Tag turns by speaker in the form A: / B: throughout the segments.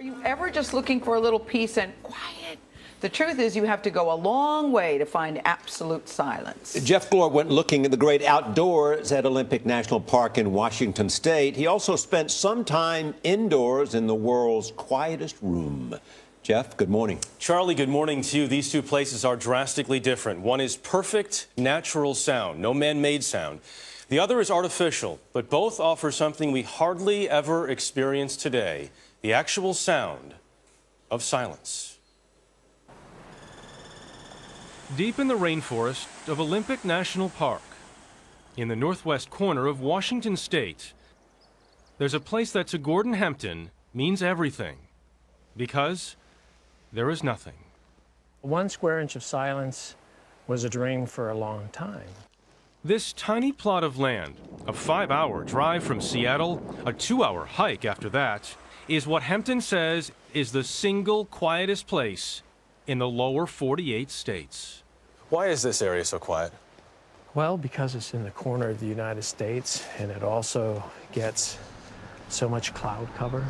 A: you ever just looking for a little peace and quiet? The truth is, you have to go a long way to find absolute silence.
B: Jeff Glore went looking at the great outdoors at Olympic National Park in Washington State. He also spent some time indoors in the world's quietest room. Jeff, good morning.
C: Charlie, good morning to you. These two places are drastically different. One is perfect natural sound, no man made sound. The other is artificial, but both offer something we hardly ever experience today the actual sound of silence.
D: Deep in the rainforest of Olympic National Park, in the northwest corner of Washington state, there's a place that to Gordon Hempton means everything because there is nothing.
E: One square inch of silence was a dream for a long time.
D: This tiny plot of land, a five hour drive from Seattle, a two hour hike after that, is what Hempton says is the single quietest place in the lower 48 states.
C: Why is this area so quiet?
E: Well, because it's in the corner of the United States and it also gets so much cloud cover.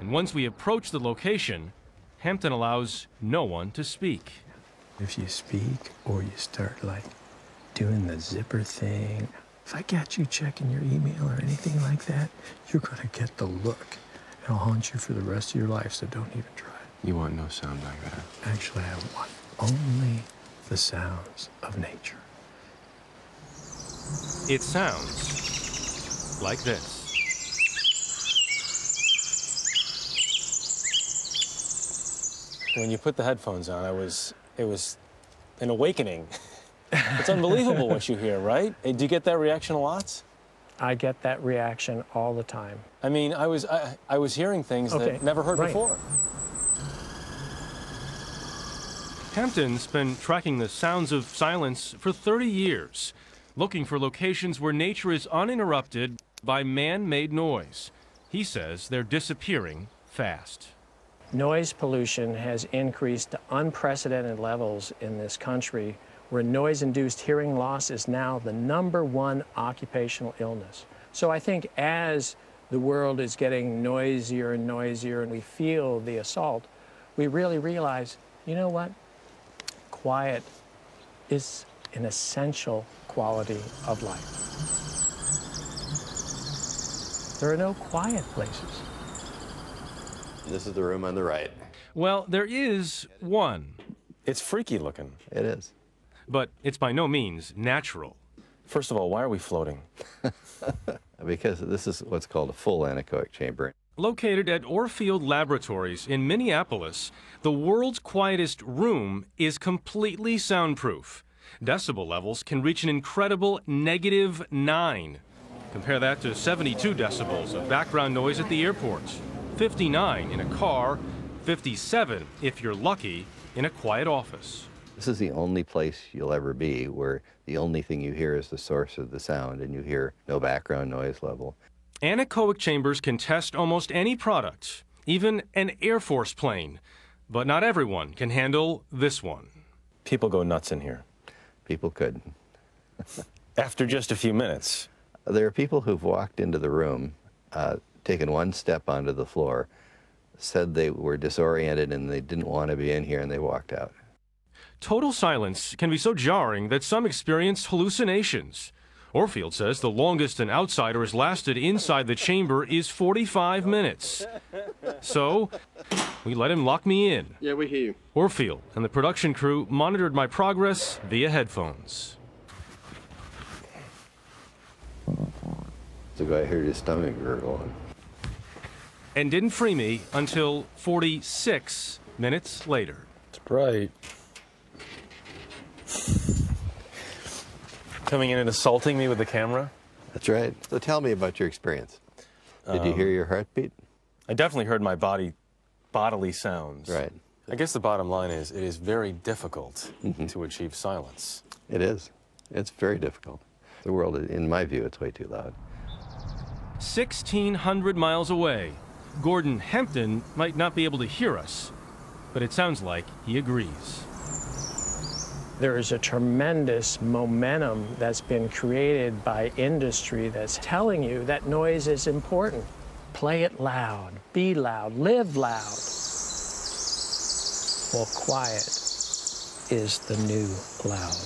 D: And once we approach the location, Hampton allows no one to speak.
F: If you speak or you start like doing the zipper thing, if I got you checking your email or anything like that, you're gonna get the look. It'll haunt you for the rest of your life, so don't even try it.
G: You want no sound like that.
F: Actually, I want only the sounds of nature.
D: It sounds like this.
C: When you put the headphones on, I was it was an awakening. it's unbelievable what you hear, right? Eh, Do you get that reaction a lot?
E: I get that reaction all the time.
C: I mean, I was I, I was hearing things that
E: Okay,
C: never heard
E: right.
C: before.
D: Hampton's been tracking the sounds of silence for 30 years, looking for locations where nature is uninterrupted by man made noise. He says they're disappearing fast.
E: Noise pollution has increased to unprecedented levels in this country, where noise induced hearing loss is now the number one occupational illness. So I think as the world is getting noisier and noisier and we feel the assault, we really realize you know what? Quiet is an essential quality of life. There are no quiet places.
H: This is the room on the right.
D: Well, there is one,
C: It's freaky looking.
H: It is.
D: but it's by no means natural.
C: First of all, why are we floating?
H: Because this is what's called a full anechoic chamber.
D: Located at Orfield Laboratories in Minneapolis, the world's quietest room is completely soundproof. Decibel levels can reach an incredible negative 9. Compare that to 72 decibels of background noise at the airport, 59 in a car, 57 if you're lucky in a quiet office.
H: This is the only place you'll ever be where the only thing you hear is the source of the sound and you hear no background noise level.
D: Anechoic chambers can test almost any product, even an Air Force plane, but not everyone can handle this one.
C: People go nuts in here.
H: People could.
C: After just a few minutes.
H: There are people who've walked into the room, uh, taken one step onto the floor, said they were disoriented and they didn't want to be in here and they walked out.
D: Total silence can be so jarring that some experience hallucinations. Orfield says the longest an outsider has lasted inside the chamber is 45 minutes. So, we let him lock me in.
I: Yeah, we hear you.
D: Orfield and the production crew monitored my progress via headphones.
H: The guy heard his stomach gurgling.
D: And didn't free me until 46 minutes later.
G: Right.
C: Coming in and assaulting me with the camera.
H: That's right. So tell me about your experience. Did you hear your heartbeat?
C: I definitely heard my body bodily sounds.
H: Right.
C: I guess the bottom line is it is very difficult to achieve silence.
H: It is. It's very difficult. The world, in my view, it's way too loud.
D: 1,600 miles away, Gordon Hempton might not be able to hear us, but it sounds like he agrees.
E: there is a tremendous momentum that's been created by industry that's telling you that noise is important. Play it loud, be loud, live loud. Well, quiet is the new loud.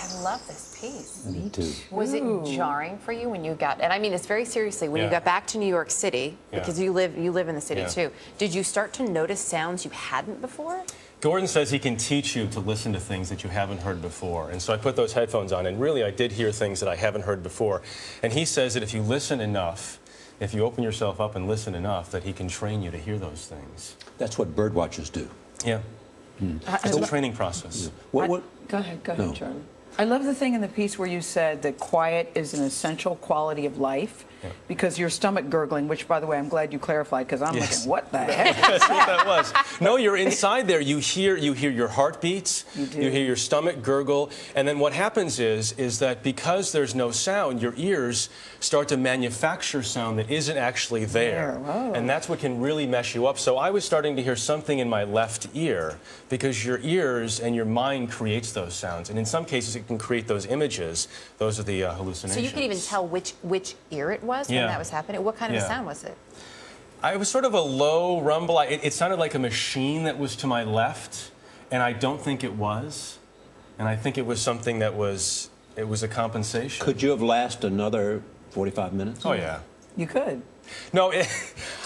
J: I love this piece.
B: Me too.
J: Was it jarring for you when you got? And I mean this very seriously. When you
D: Yeah.
J: got back to New York City,
D: Yeah.
J: because you live you live in the city
D: Yeah.
J: too. Did you start to notice sounds you hadn't before?
D: Gordon says he can teach you to listen to things that you haven't heard before. And so I put those headphones on, and really I did hear things that I haven't heard before. And he says that if you listen enough, if you open yourself up and listen enough, that he can train you to hear those things.
B: That's what bird watchers do.
D: Yeah. It's a training process.
B: What, what,
A: Go ahead, go ahead,
B: No.
A: Charlie. I love the thing in the piece where you said that quiet is an essential quality of life because your stomach gurgling, which, by the way, I'm glad you clarified because I'm
D: Yes.
A: looking, what the heck?
D: That's what that was. No, you're inside there. You hear you hear your heartbeats. You,
A: do.
D: hear your stomach gurgle, and then what happens is is that because there's no sound, your ears start to manufacture sound that isn't actually there,
A: There, wow.
D: and that's what can really mess you up. So I was starting to hear something in my left ear because your ears and your mind creates those sounds, and in some cases it can create those images. Those are the uh, hallucinations.
J: So you could even tell which which ear it was
D: Yeah.
J: when that was happening. What kind of
D: Yeah.
J: a sound was it?
D: I was sort of a low rumble. I, it, it sounded like a machine that was to my left, and I don't think it was. And I think it was something that was it was a compensation.
B: could you have lasted another 45 minutes?
D: oh yeah.
A: you could.
D: No, it,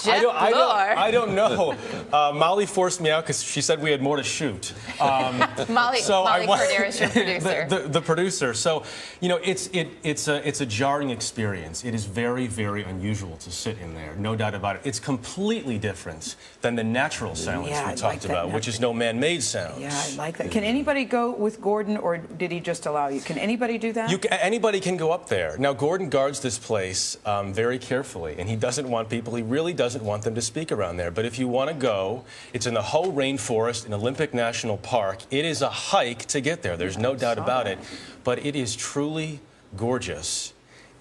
D: I, don't, I,
J: Jeff
D: don't, I don't know. Uh, Molly forced me out because she said we had more to shoot. Um,
J: Molly,
D: So I
J: Molly
D: wa-
J: Cordero is your producer.
D: the, the, the producer. So, you know, it's it it's a it's a jarring experience. It is very very unusual to sit in there, no doubt about it. It's completely different than the natural sounds
A: Yeah, I
D: we
A: like
D: talked
A: that
D: about, which is no man-made sounds.
A: Yeah, I like that. Can anybody go with Gordon or did he just allow you? Can anybody do that?
D: You ca anybody can go up there. Now, Gordon guards this place um, very carefully, and he doesn't want people, he really doesn't want them to speak around there. But if you want to go, it's in the whole rainforest in Olympic National Park. It is a hike to get there, there's no doubt about it. But it is truly gorgeous.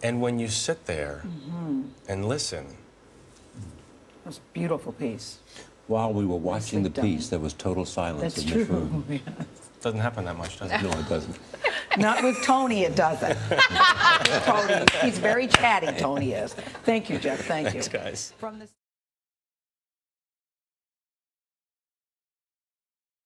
D: And when you sit there and listen,
A: It's a beautiful piece.
B: While we were watching the
A: Nicely done.
B: piece, there was total silence
A: That's
B: in this room.
A: true.
D: doesn't happen that much, does it?
B: No, it doesn't.
A: Not with Tony, it doesn't. Tony, he's very chatty, Tony is. Thank you, Jeff. Thank you.
D: Thanks, guys.
A: From the